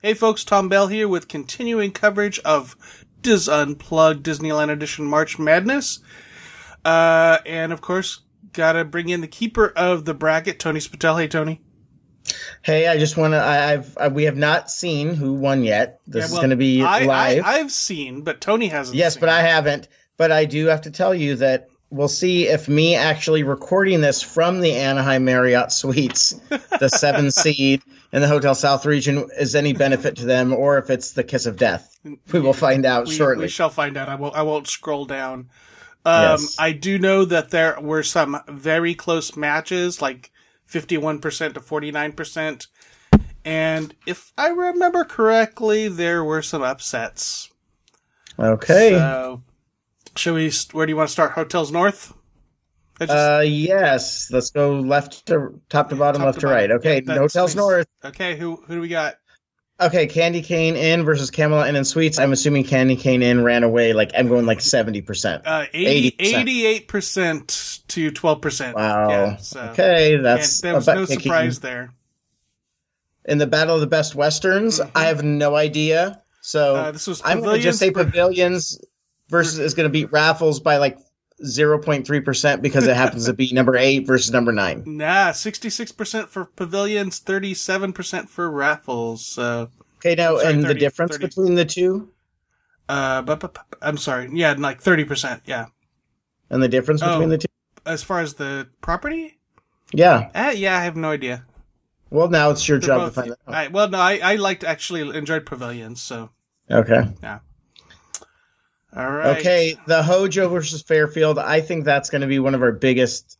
Hey folks, Tom Bell here with continuing coverage of Dis Unplugged Disneyland Edition March Madness. Uh, and of course, gotta bring in the keeper of the bracket, Tony Spatel. Hey, Tony. Hey, I just want to. I've I, we have not seen who won yet. This Yeah, is well, going to be I, live. I, have seen, but Tony hasn't. yes, seen. but I haven't. But I do have to tell you that we'll see if me actually recording this from the Anaheim Marriott Suites, the seven seed in the Hotel South region, is any benefit to them, or if it's the kiss of death. We will find out we, shortly. we shall find out. I won't. I won't scroll down. Um, Yes. I do know that there were some very close matches, like fifty-one percent to forty-nine percent, and if I remember correctly, there were some upsets. okay. So, should we? st- Where do you want to start? Hotels North. I just- uh, yes. Let's go left to top to bottom, top left to to, right. bottom. Okay. Yeah, that's Hotels nice. North. okay, who who do we got? Okay, Candy Cane Inn versus Camelot Inn and Suites. I'm assuming Candy Cane Inn ran away. Like I'm going like seventy percent. Uh, 88 percent to twelve percent. Wow. Yeah, so okay, and that's there was a no butt-kicking. surprise there. In the Battle of the Best Westerns, I have no idea. So Mm-hmm. Uh, this was I'm going to Pavilions just say ver- Pavilions versus is going to beat Raffles by like zero point three percent because it happens to be number eight versus number nine. Nah, sixty-six percent for pavilions, thirty-seven percent for raffles. So, Okay, now Sorry, and 30, the difference 30. between the two uh, but, but, but- I'm sorry, yeah, and like thirty percent. Yeah, and the difference Oh. between the two. as far as the property, Yeah. uh, yeah, I have no idea. Well, now it's your They're job both- to find that out. I, well, no, I, I liked actually enjoyed pavilions. So, Okay. all right, Okay, the Hojo versus Fairfield. I think that's going to be one of our biggest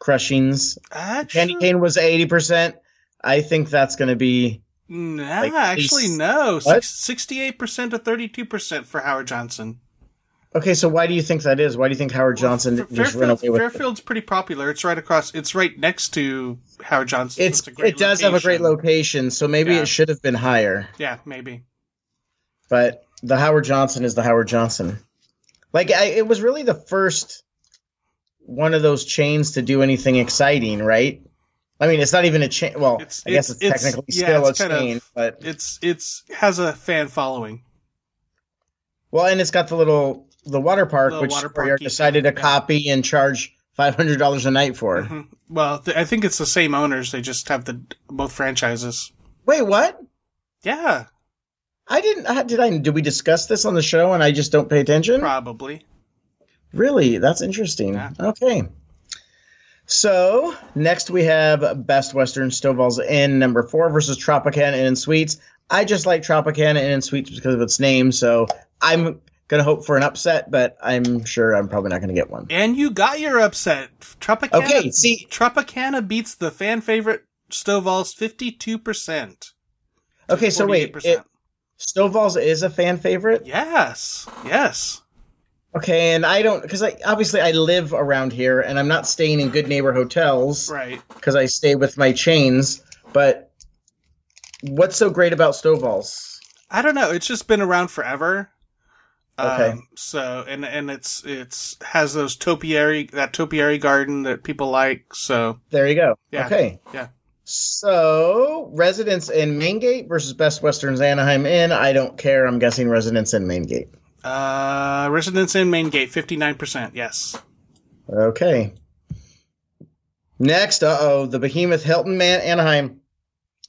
crushings. Candy actually, Cane was eighty percent. I think that's going to be nah, like, actually, these- no, What? sixty-eight percent to thirty-two percent for Howard Johnson. okay. So why do you think that is? Why do you think Howard Johnson F- just ran Fairfield- away with? it? Fairfield's pretty popular. It's right across. It's right next to Howard Johnson. so It's a great it does have a great location. location, so maybe Yeah. it should have been higher. Yeah, maybe. But the Howard Johnson is the Howard Johnson. Like I, it was really the first one of those chains to do anything exciting, right? I mean, it's not even a chain. Well, It's- I guess it's- it's, it's- technically yeah, still it's a kind of- chain, but It's it's has a fan following. Well, and it's got the little the water park, Little which water Square parky decided to thing, yeah. copy and charge five hundred dollars a night for. Mhm. Well, th- I think it's the same owners. They just have the both franchises. Wait, what? Yeah, I didn't. I- Did I? Did we discuss this on the show? And I just don't pay attention. probably. Really, that's interesting. Yeah. Okay. So next we have Best Western Stovall's Inn number four versus Tropicana Inn and Suites. I just like Tropicana Inn and Suites because of its name, so I'm gonna hope for an upset, but I'm sure I'm probably not gonna get one. And you got your upset. Tropicana. Okay, see, Tropicana beats the fan favorite Stovall's fifty-two percent. okay, so wait, it, Stovall's is a fan favorite. yes, yes. Okay, and I don't because I obviously I live around here, and I'm not staying in good neighbor hotels Right. because I stay with my chains. But what's so great about Stovall's? I don't know. It's just been around forever. Okay. Um, so and and it's it's has those topiary that topiary garden that people like. So There you go. Yeah, Okay. yeah. So residents in Maingate versus Best Western's Anaheim Inn. I don't care. I'm guessing residents in Maingate. uh, residents in main gate fifty nine percent. Yes. Okay. Next, uh oh, the Behemoth Hilton Man Anaheim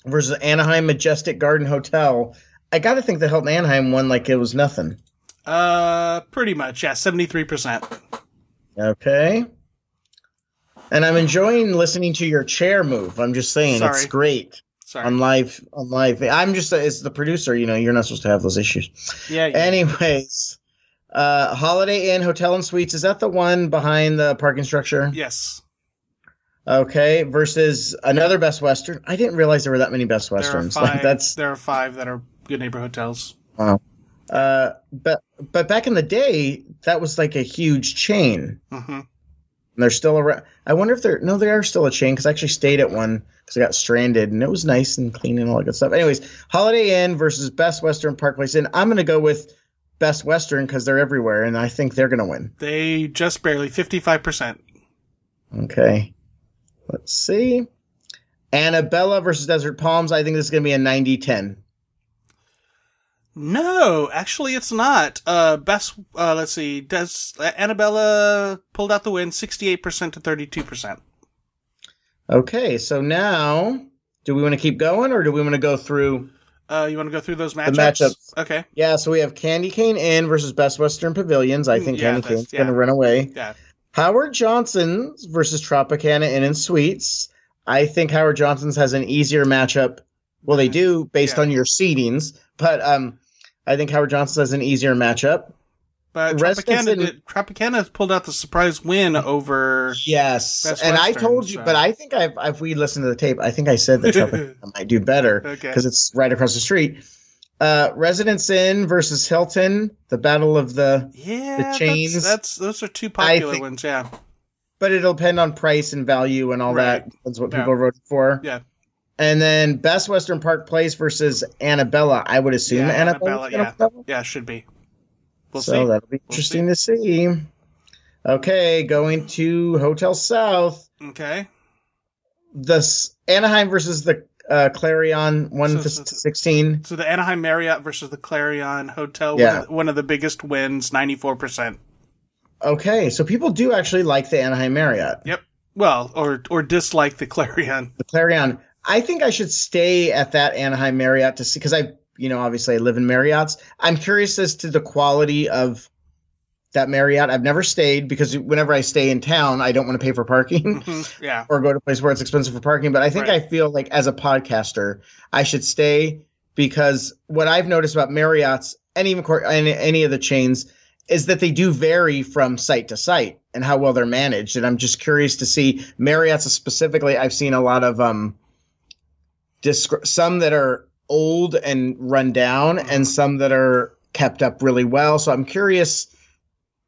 versus Anaheim Majestic Garden Hotel. I gotta think the Hilton Anaheim won like it was nothing. Uh, pretty much. Yeah, seventy three percent. Okay. And I'm enjoying listening to your chair move. I'm just saying Sorry. it's great Sorry. on live on live. I'm just as the producer, you know, you're not supposed to have those issues. yeah. yeah. Anyways, uh Holiday Inn Hotel and Suites is that the one behind the parking structure? yes. Okay, versus another Best Western. I didn't realize there were that many Best There are Westerns. five. Like that's There are five that are good neighbor hotels. uh but but back in the day, that was like a huge chain. And hmm they're still around. I wonder if they're no, they are still a chain because I actually stayed at one because I got stranded and it was nice and clean and all that good stuff. Anyways, Holiday Inn versus Best Western Park Place Inn. I'm gonna go with Best Western because they're everywhere and I think they're gonna win. They just barely fifty five percent. Okay. Let's see. Annabella versus Desert Palms. I think this is going to be a 90 10. No, actually, it's not. Uh, best. Uh, let's see. Does uh, Annabella pulled out the win, sixty-eight percent to thirty-two percent. Okay, so now do we want to keep going or do we want to go through? Uh, you want to go through those matchups? matchups. Okay. Yeah, so we have Candy Cane Inn versus Best Western Pavilions. I think Yeah, Candy that's- Cane's going to yeah. run away. Yeah. Howard Johnson's versus Tropicana Inn and Suites. I think Howard Johnson's has an easier matchup. Well, they do based Mm-hmm. Yeah. on your seedings, but um, I think Howard Johnson has an easier matchup. But Residents Tropicana, in- did, Tropicana pulled out the surprise win over. Yes, Best and I Western, told you, so- but I think I've, if we listen to the tape, I think I said that Tropicana might do better Okay. because it's right across the street. Uh, Residence Inn versus Hilton, the battle of the, Yeah. the that's- chains. That's, those are two I popular think- ones. Yeah. but it'll depend on price and value and all that. Right. That's what Yeah. people voted for. Yeah. And then Best Western Park Place versus Annabella. I would assume Yeah, Annabella. Annabella, yeah. Yeah. Should be. We'll so see. that'll be We'll interesting to see. Okay, going to Hotel South. okay. The S- Anaheim versus the uh, Clarion one So- to so- so- sixteen. So the Anaheim Marriott versus the Clarion Hotel. One, Yeah. of the, one of the biggest wins, ninety-four percent. Okay, so people do actually like the Anaheim Marriott. Yep. Well, or or dislike the Clarion. the Clarion. I think I should stay at that Anaheim Marriott to see because I, you know, obviously I live in Marriotts. I'm curious as to the quality of that Marriott. I've never stayed because whenever I stay in town, I don't want to pay for parking Mhm, Yeah. or go to a place where it's expensive for parking. But I think Right. I feel like as a podcaster, I should stay because what I've noticed about Marriotts and even cor- and any of the chains is that they do vary from site to site and how well they're managed. And I'm just curious to see Marriotts specifically. I've seen a lot of um, disc- some that are old and run down, and some that are kept up really well. So I'm curious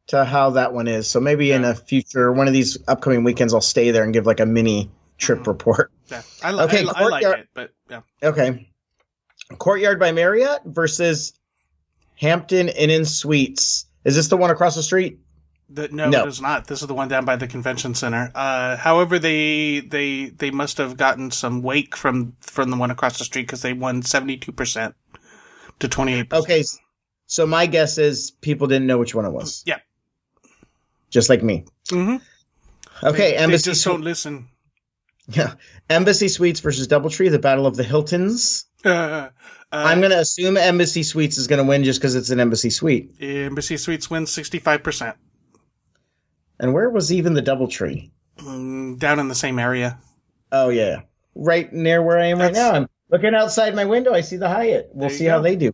to how that one is. So maybe in Yeah. a future one of these upcoming weekends, I'll stay there and give like a mini trip Mhm. report. Yeah, I, li- Okay, I, li- I like courtyard- it, but yeah, Okay. Courtyard by Marriott versus Hampton Inn and Suites. Is this the one across the street? the, no, No. it is not. This is the one down by the convention center. Uh, however, they they they must have gotten some wake from from the one across the street because they won seventy two percent to twenty eight. Okay. s- So my guess is people didn't know which one it was. Yeah. Just like me. Mm-hmm. Okay, they, they Embassy just Su- don't listen. Yeah. Embassy Suites versus Doubletree, the Battle of the Hiltons. Uh, uh, I'm going to assume Embassy Suites is going to win just because it's an Embassy Suite. Embassy Suites wins sixty five percent And where was even the Doubletree? Mm, down in the same area. Oh yeah, right near where I am right That's- now. I'm looking outside my window. I see the Hyatt. We'll There you see how go. they do.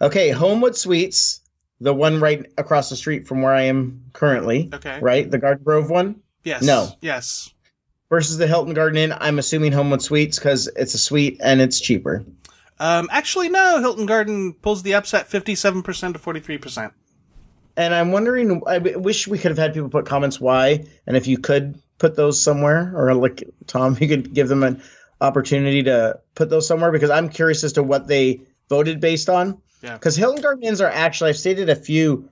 Okay, Homewood Suites, the one right across the street from where I am currently. Okay. Right, the Garden Grove one Yes. No. Yes. versus the Hilton Garden Inn. I'm assuming Homewood Suites because it's a suite and it's cheaper. Um, actually, no. Hilton Garden pulls the upset fifty seven percent to forty three percent. And I'm wondering. I w- wish we could have had people put comments why, and if you could put those somewhere, or like Tom, you could give them an opportunity to put those somewhere because I'm curious as to what they voted based on. Yeah. Because Hilton Garden Inns are actually, I've stated a few,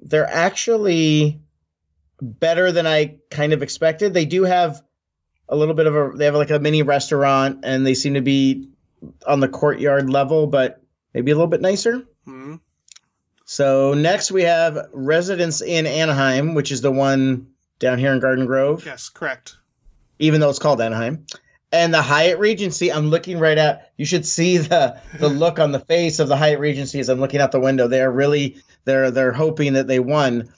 they're actually better than I kind of expected. They do have a little bit of a, they have like a mini restaurant, and they seem to be on the courtyard level, but maybe a little bit nicer. hmm So next we have Residence in Anaheim, which is the one down here in Garden Grove, Yes. Correct. even though it's called Anaheim. And the Hyatt Regency, I'm looking right at. You should see the the look on the face of the Hyatt Regency as I'm looking out the window. They're really they're they're hoping that they won.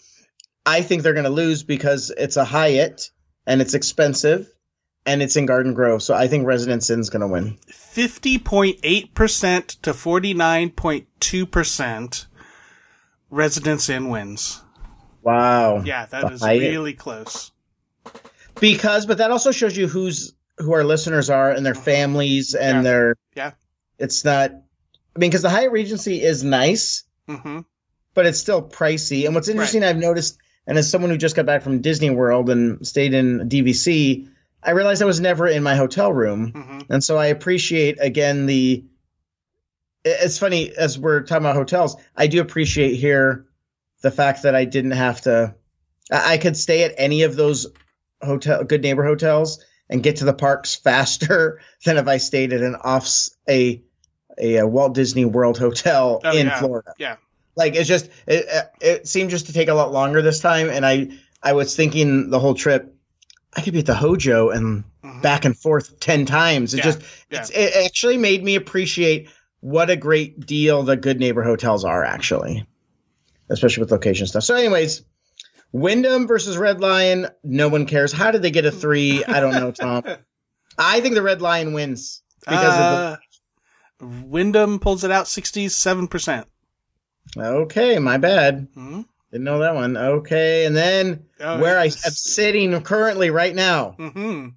I think they're going to lose because it's a Hyatt and it's expensive and it's in Garden Grove. So I think Residence Inn's going to win. 50.8% to 49.2% residents in wins. Wow. Yeah, that is Buy it. really close. because but that also shows you who's who our listeners are and their families and Yeah. their Yeah. it's not i mean because the hyatt regency is nice hmm but it's still pricey and what's interesting i've noticed and as someone who just got back from disney world and stayed in dvc i realized i was never in my hotel room hmm and so I appreciate again the. it- It's funny as we're talking about hotels. I do appreciate here the fact that I didn't have to. I I could stay at any of those hotel good neighbor hotels and get to the parks faster than if I stayed at an off a a, uh Walt Disney World hotel Oh, in yeah. Florida. Yeah. Like it's just it, it- it seemed just to take a lot longer this time, and I I was thinking the whole trip I could be at the Hojo and Mhm. back and forth ten times. It Yeah, just yeah. it's, it actually made me appreciate what a great deal the good neighbor hotels are actually, especially with location stuff. So, anyways, Wyndham versus Red Lion. No one cares. How did they get a three? I don't know, Tom. I think the Red Lion wins because of uh, Wyndham pulls it out 67%. percent the. Okay, my bad. hmm Didn't know that one. Okay, and then Oh, where I am yes. sitting currently right now. hmm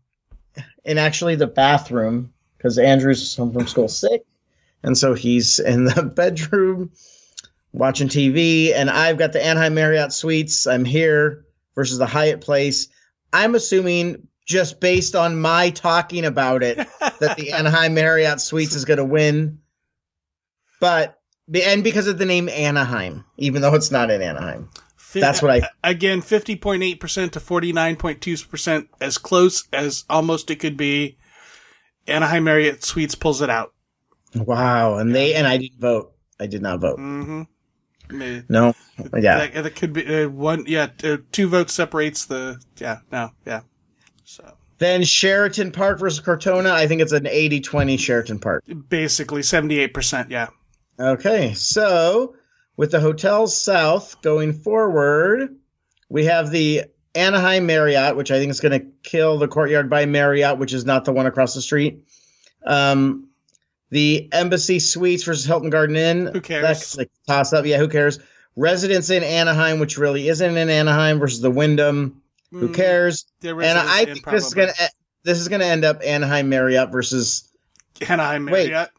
in actually the bathroom because Andrew's home from school sick, and so he's in the bedroom watching TV. And I've got the Anaheim Marriott Suites. I'm here versus the Hyatt Place. I'm assuming just based on my talking about it that the Anaheim Marriott Suites is going to win, but and because of the name Anaheim, even though it's not in Anaheim, that's what I Again, 50.8% to 49.2%, as close as almost it could be. Anaheim Marriott Suites pulls it out. wow. And they and I didn't vote. I did not vote. hmm Yeah. No, yeah. That, that could be uh, one. Yeah, t- uh, two votes separates the. Yeah, no, yeah. So Then Sheraton Park versus Cortona. I think it's an 80 20 Sheraton Park. basically 78%. Yeah. Okay, so with the hotels south going forward, we have the Anaheim Marriott, which I think is going to kill the Courtyard by Marriott, which is not the one across the street. Um, the Embassy Suites versus Hilton Garden Inn. Who cares? That's like a toss up. Yeah, who cares? Residence in Anaheim, which really isn't in Anaheim, versus the Wyndham. Who Mm, cares? there was and a- I think this is probably. gonna e, this is gonna end up Anaheim Marriott versus Anaheim Wait. Marriott.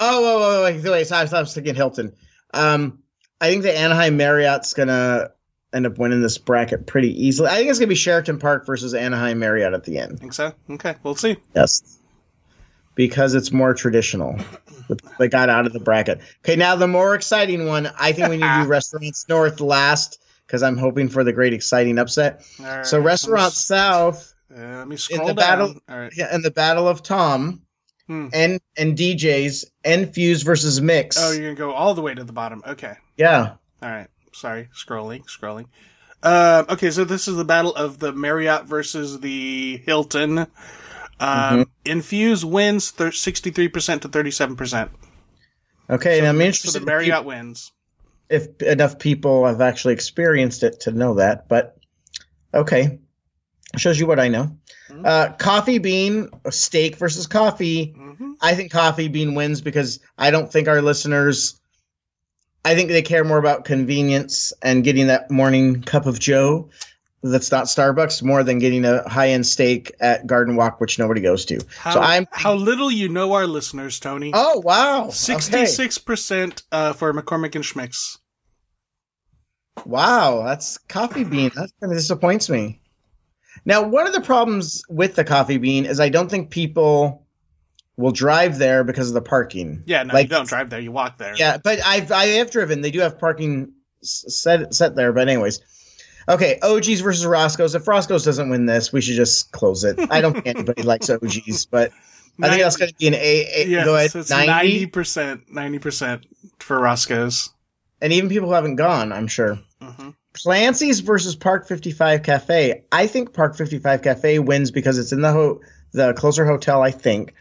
oh whoa, whoa, wait wait stop stop I was thinking Hilton. Um, I think the Anaheim Marriott's gonna end up winning this bracket pretty easily. I think it's gonna be Sheraton Park versus Anaheim Marriott at the end. Think so? Okay, we'll see. Yes, because it's more traditional. But They got out of the bracket. Okay, now the more exciting one. I think we need to do Restaurants North last because I'm hoping for the great exciting upset. All right, So Restaurant let's- South. Uh, let me scroll down. the battle- All right. Yeah, and the Battle of Tom Hmm. and and DJs and Fuse versus Mix. Oh, you're gonna go all the way to the bottom. Okay. yeah. All right. Sorry. Scrolling. Scrolling. Uh, okay, so this is the battle of the Marriott versus the Hilton. Um, Mm-hmm. Infuse wins thir- 63% to 37%. Okay, now I'm So interested the if Marriott wins. if, enough people have actually experienced it to know that, but okay. Shows you what I know. Uh, coffee bean steak versus coffee. hmm I think coffee bean wins because I don't think our listeners. I think they care more about convenience and getting that morning cup of Joe that's not Starbucks more than getting a high end steak at Garden Walk, which nobody goes to. How, so I'm. how little you know our listeners, Tony. Oh wow! 66% uh, for McCormick and Schmicks. Okay. Wow, that's coffee bean. That kind of disappoints me. Now, one of the problems with the coffee bean is I don't think people will drive there because of the parking. Yeah, no, Like- you don't drive there. You walk there. Yeah, but I've I have driven. They do have parking s- set set there. But anyways, okay. OGs versus Roscoe's. If Roscoe's doesn't win this, we should just close it. I don't think anybody likes OGs, but I think that's going to be an A. a yeah, go ahead, so it's 90, 90%, 90% for Roscoe's. and even people who haven't gone, I'm sure. hmm Clancy's versus Park 55 Cafe. I think Park 55 Cafe wins because it's in the ho- the closer hotel, I think,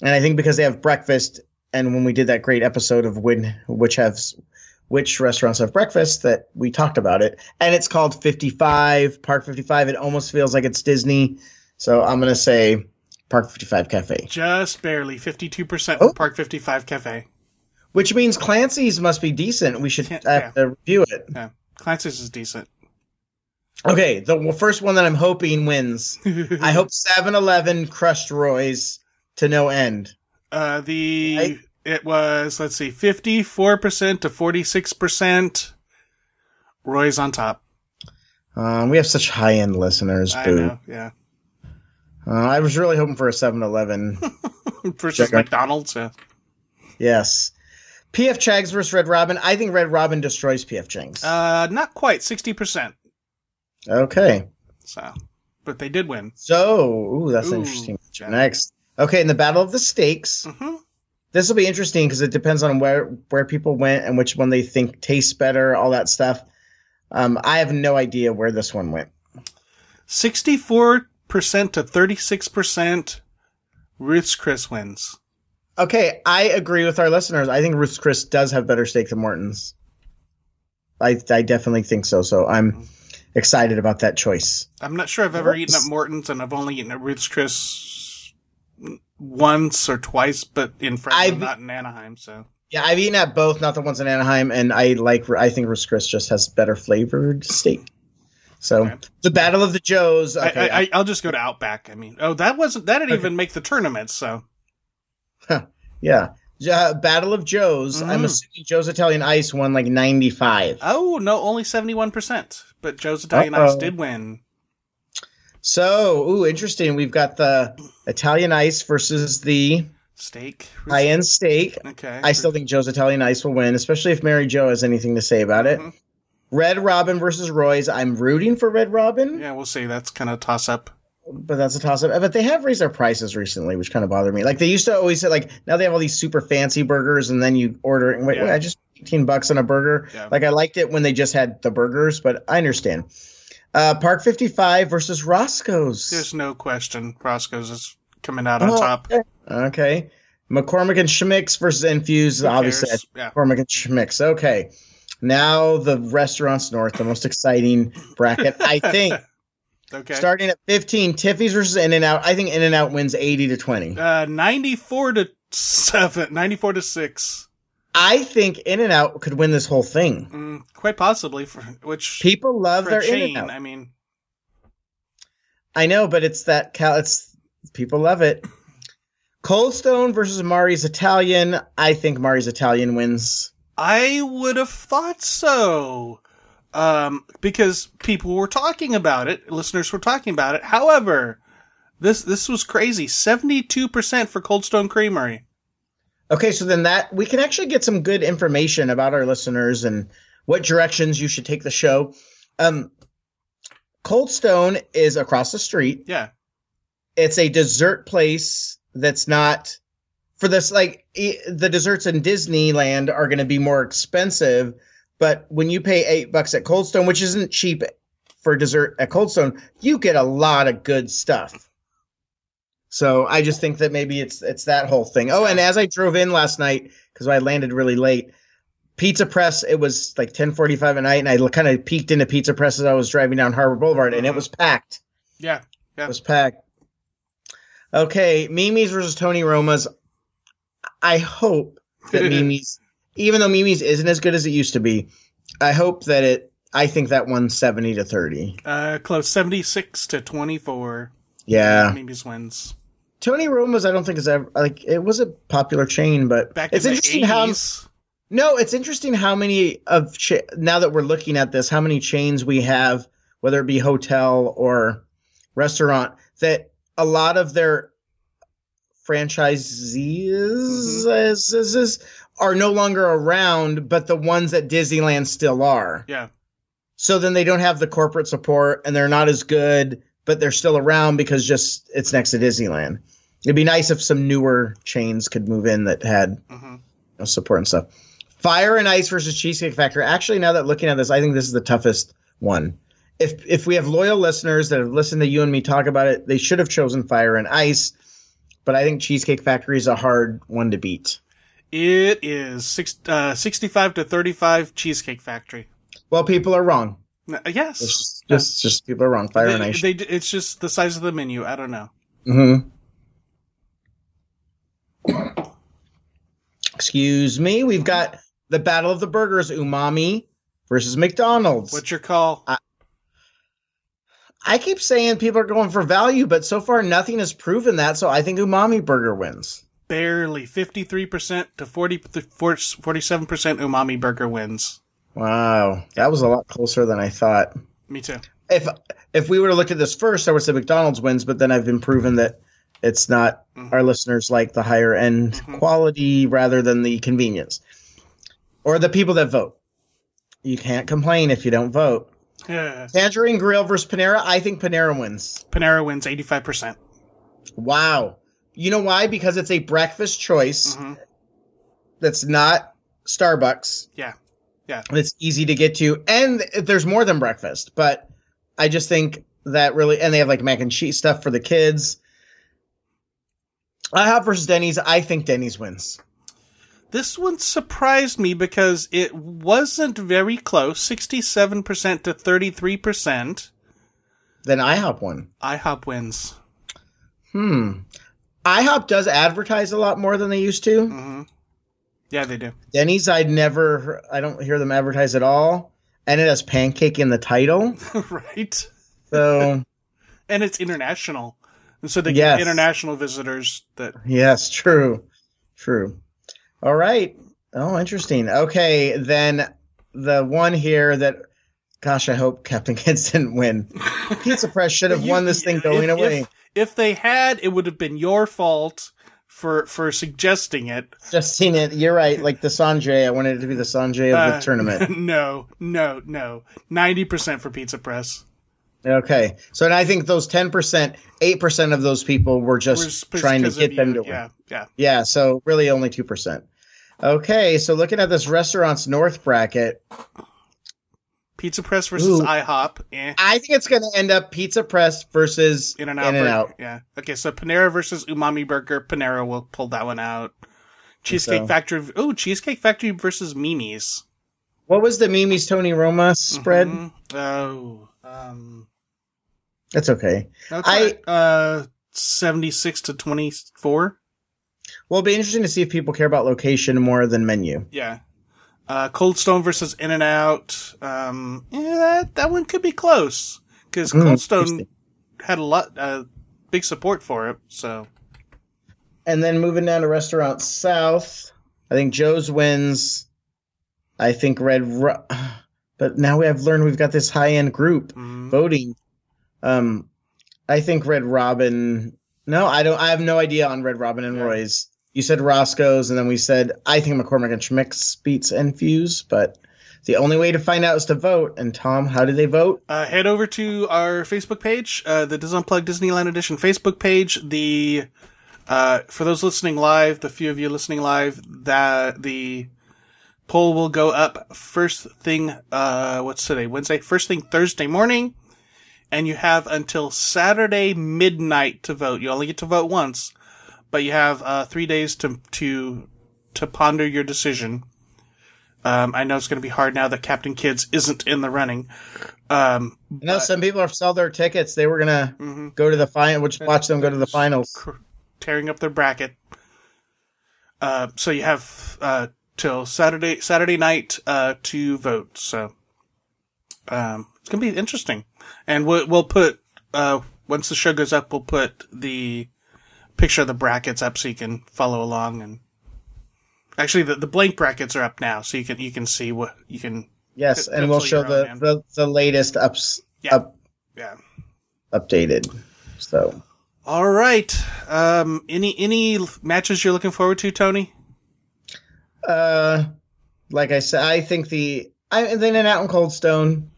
and I think because they have breakfast. And when we did that great episode of when which have which restaurants have breakfast, that we talked about it, and it's called 55 Park 55. It almost feels like it's Disney, so I'm gonna say Park 55 Cafe, Just barely 52% Oh. for Park 55 Cafe. which means Clancy's must be decent. We should Yeah, have to review it. Yeah, Clancy's is decent. Okay, the first one that I'm hoping wins. I hope 7 Eleven crushed Roy's to no end. uh, the Right? it was let's see, fifty four percent to forty six percent. Roy's on top. Um, we have such high end listeners, I boo. know, yeah. Uh, I was really hoping for a 7 Eleven. Versus Check out- McDonald's. Yeah. yes. PF Chags versus Red Robin. I think Red Robin destroys PF Chags. Uh, not quite sixty percent. okay. So, but they did win. So, ooh, that's Ooh, interesting. yeah. Next. Okay, in the Battle of the Steaks, Mhm. This will be interesting because it depends on where where people went and which one they think tastes better, all that stuff. Um, I have no idea where this one went. 64% to 36% Ruth's Chris wins. Okay, I agree with our listeners. I think Ruth's Chris does have better steak than Morton's. I I definitely think so. So I'm excited about that choice. I'm not sure I've ever Whoops. eaten at Morton's, and I've only eaten at Ruth's Chris once or twice, but in Fresno, I've- not in Anaheim. So Yeah, I've eaten at both, not the ones in Anaheim, and I like. I think Ruth's Chris just has better flavored steak. So Okay. the Battle of the Joes. I- Okay, I, I, I'll just go to Outback. I mean, oh, that wasn't that didn't Okay. even make the tournament. So yeah. Uh, Battle of Joes. I'm Mhm. assuming Joe's Italian Ice won like 95. oh no, only seventy one percent. But Joe's Italian Ice Uh-oh. did win. So, ooh, interesting. We've got the Italian Ice versus the Steak. high end steak. Okay. I still think Joe's Italian Ice will win, especially if Mary Joe has anything to say about it. Mhm. Red Robin versus Roy's. I'm rooting for Red Robin, Yeah, we'll see. That's kind of toss up. but that's a toss up. But they have raised their prices recently, which kind of bothered me. Like they used to always say, like now they have all these super fancy burgers, and then you order it. and Wait, Yeah. wait, I just paid 18 bucks on a burger. Yeah. Like I liked it when they just had the burgers, but I understand. Uh, Park 55 versus Roscoe's. There's no question. Roscoe's is coming out on Oh, top. Okay. Okay. McCormick and Schmicks versus Infused. Who Obviously, cares? Yeah. McCormick and Schmicks. Okay. Now the restaurants north, the most exciting bracket, I think. Okay. Starting at 15, Tiffy's versus In and Out. I think In and Out wins 80 to 20. Uh, 94 to 7, 94 to 6. I think In and Out could win this whole thing. Mm, quite possibly for which People love for their a chain. In and Out. I mean, I know, but it's that cal it's people love it. Cold Stone versus Mari's Italian. I think Mari's Italian wins. I would have thought so. Um, because people were talking about it, listeners were talking about it. However, this this was crazy. 72% for Cold Stone Creamery. Okay, so then that we can actually get some good information about our listeners and what directions you should take the show. Um, Cold Stone is across the street. Yeah. It's a dessert place that's not for this like e- the desserts in Disneyland are going to be more expensive, but when you pay 8 bucks at Cold Stone, which isn't cheap for dessert at Cold Stone, you get a lot of good stuff. So I just think that maybe it's it's that whole thing. Oh, and as I drove in last night because I landed really late, Pizza Press it was like ten forty five at night, and I kind of peeked into Pizza Press as I was driving down Harbor Boulevard, and it was packed. Yeah. It was packed. Okay, Mimi's versus Tony Roma's. I hope that Mimi's, even though Mimi's isn't as good as it used to be, I hope that it. I think that one seventy to thirty. Uh, close 76 to 24. Yeah. Mimi's wins. Tony Roma's, I don't think is ever like it was a popular chain, but Back it's in interesting the how 80s. no, it's interesting how many of cha- now that we're looking at this, how many chains we have, whether it be hotel or restaurant, that a lot of their franchisees is- is- is- are no longer around, but the ones at Disneyland still are. Yeah. So then they don't have the corporate support and they're not as good, but they're still around because just it's next to Disneyland. It'd be nice if some newer chains could move in that had hmm know, support and stuff. Fire and Ice versus Cheesecake Factory. Actually, now that looking at this, I think this is the toughest one. If if we have loyal listeners that have listened to you and me talk about it, they should have chosen Fire and Ice, but I think Cheesecake Factory is a hard one to beat. It is six, uh, 65 to 35 Cheesecake Factory. Well, people are wrong. Uh, yes. It's just, just, just people are wrong. Fire and they, Ice. they d- it's just the size of the menu. I don't know. hmm Excuse me. We've got the Battle of the Burgers, Umami versus McDonald's. What's your call? I keep saying people are going for value, but so far nothing has proven that. So I think Umami Burger wins. Barely 53% to 40, 47% umami burger wins. Wow, that was a lot closer than I thought. Me too. If if we would have looked at this first, I would say McDonald's wins, but then I've been proven that it's not. Mhm. Our listeners like the higher end Mhm. quality rather than the convenience, or the people that vote. You can't complain if you don't vote. Yeah. Tangerine Grill versus Panera. I think Panera wins. Uh, Panera wins 85%. Wow. You know why? Because it's a breakfast choice. Mhm. that's not Starbucks. Yeah. Yeah. That's easy to get to. And there's more than breakfast, but I just think that really, and they have like mac and cheese stuff for the kids. IHOP versus Denny's. I think Denny's wins. This one surprised me because it wasn't very close 67% to 33%. Then IHOP won. IHOP wins. Hmm. IHOP does advertise a lot more than they used to. hmm Yeah, they do. Denny's, I'd never, I don't hear them advertise at all. And it has pancake in the title. right? So, And it's international. And so they Yes. get international visitors that yes, true. True. All right. Oh, interesting. Okay. Then the one here that, gosh, I hope Captain Kids didn't win. Pizza Press should have You- won this thing if- going if- away. If they had, it would have been your fault for for suggesting it. Just seen it. You're right. Like the Sanjay. I wanted it to be the Sanjay of Uh, the tournament. no, no, no. Ninety percent for Pizza Press. Okay. So and I think those 10%, 8% of those people were just Whereas- trying to because of get them you, to win. Yeah. Yeah, yeah. So really only 2%. Okay. So looking at this restaurant's north bracket, Pizza Press versus Ooh. IHOP. Eh. I think it's going to end up Pizza Press versus In and out. In-N-Out. burger. Yeah. Okay. So Panera versus Umami Burger. Panera will pull that one out. Cheesecake so. Factory. Oh, Cheesecake Factory versus Mimi's. What was the Mimi's Tony Roma spread? Mhm. Oh. Um. That's okay. That's I- right. uh seventy six to twenty four. Well, it'll be interesting to see if people care about location more than menu. Yeah. Uh, Cold Stone versus In and Out. Um, yeah, that, that one could be close because Hmm, Cold Stone interesting. had a lot, uh, big support for it. So And then moving down to Restaurant South, I think Joe's wins. I think Red. Ru- but now we have learned we've got this high end group. mm, voting. Um, I think Red Robin. No, I don't. I have no idea on Red Robin and Yeah. Roy's. You said Roscoe's, and then we said I think McCormick and Schmicks beats Enfuse. But the only way to find out is to vote. And Tom, how do they vote? uh, head over to our Facebook page, uh, the Dis Unplugged Disneyland Edition Facebook page. The uh, for those listening live, the few of you listening live, that the poll will go up first thing. Uh, what's today? Wednesday. First thing Thursday morning. and you have until Saturday midnight to vote. You only get to vote once, but you have uh, three days to to to ponder your decision. Um, I know it's going to be hard now that Captain Kids isn't in the running. Um, I know some people have sold their tickets. They were gonna go to the final, which watch them go to the finals. Mm-hmm. cr- tearing up their bracket. Uh, so you have uh, till Saturday Saturday night uh, to vote. So um, it's gonna be interesting, and we'll, we'll put uh, once the show goes up, we'll put the picture of the brackets up so you can follow along. And actually, the, the blank brackets are up now, so you can you can see what you can. Yes, Pip- and we'll Pipsil, show you're on, man. the, the the latest ups Yeah. up Yeah. updated. So All right. Um, any any matches you're looking forward to, Tony? Uh, like I said, I think the I and then an out in Cold Stone,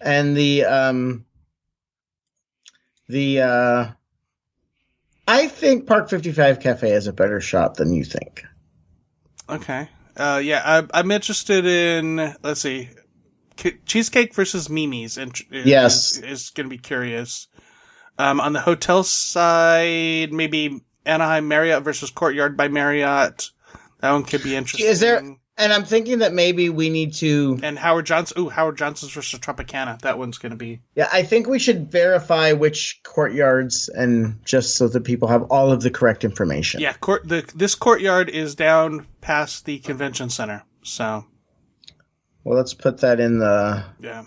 and the um, the uh, I think Park Fifty Five Cafe is a better shot than you think. Okay. Uh, yeah, I, I'm interested in. Let's see, K- cheesecake versus Mimi's. Int- is, Yes. is, going to be curious. Um, on the hotel side, maybe Anaheim Marriott versus Courtyard by Marriott. That one could be interesting. Is there- And I'm thinking that maybe we need to. And Howard Johnson. Ooh, Howard Johnson's versus Tropicana. That one's going to be. Yeah, I think we should verify which courtyards, and just so that people have all of the correct information. Yeah, court. The this courtyard is down past the convention center. So Well, let's put that in the yeah.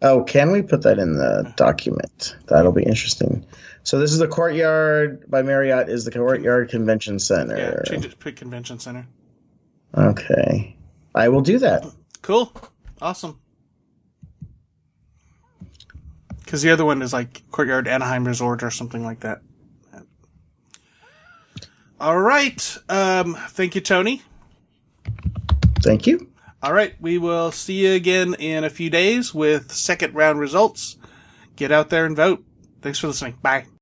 Oh, can we put that in the document? That'll be interesting. So this is the courtyard by Marriott is the courtyard convention Yeah, center. change it to convention center. okay. I will do that. Cool. Awesome. Because the other one is like Courtyard Anaheim Resort or something like that. All right. Um, thank you, Tony. Thank you. All right. We will see you again in a few days with second round results. Get out there and vote. Thanks for listening. Bye.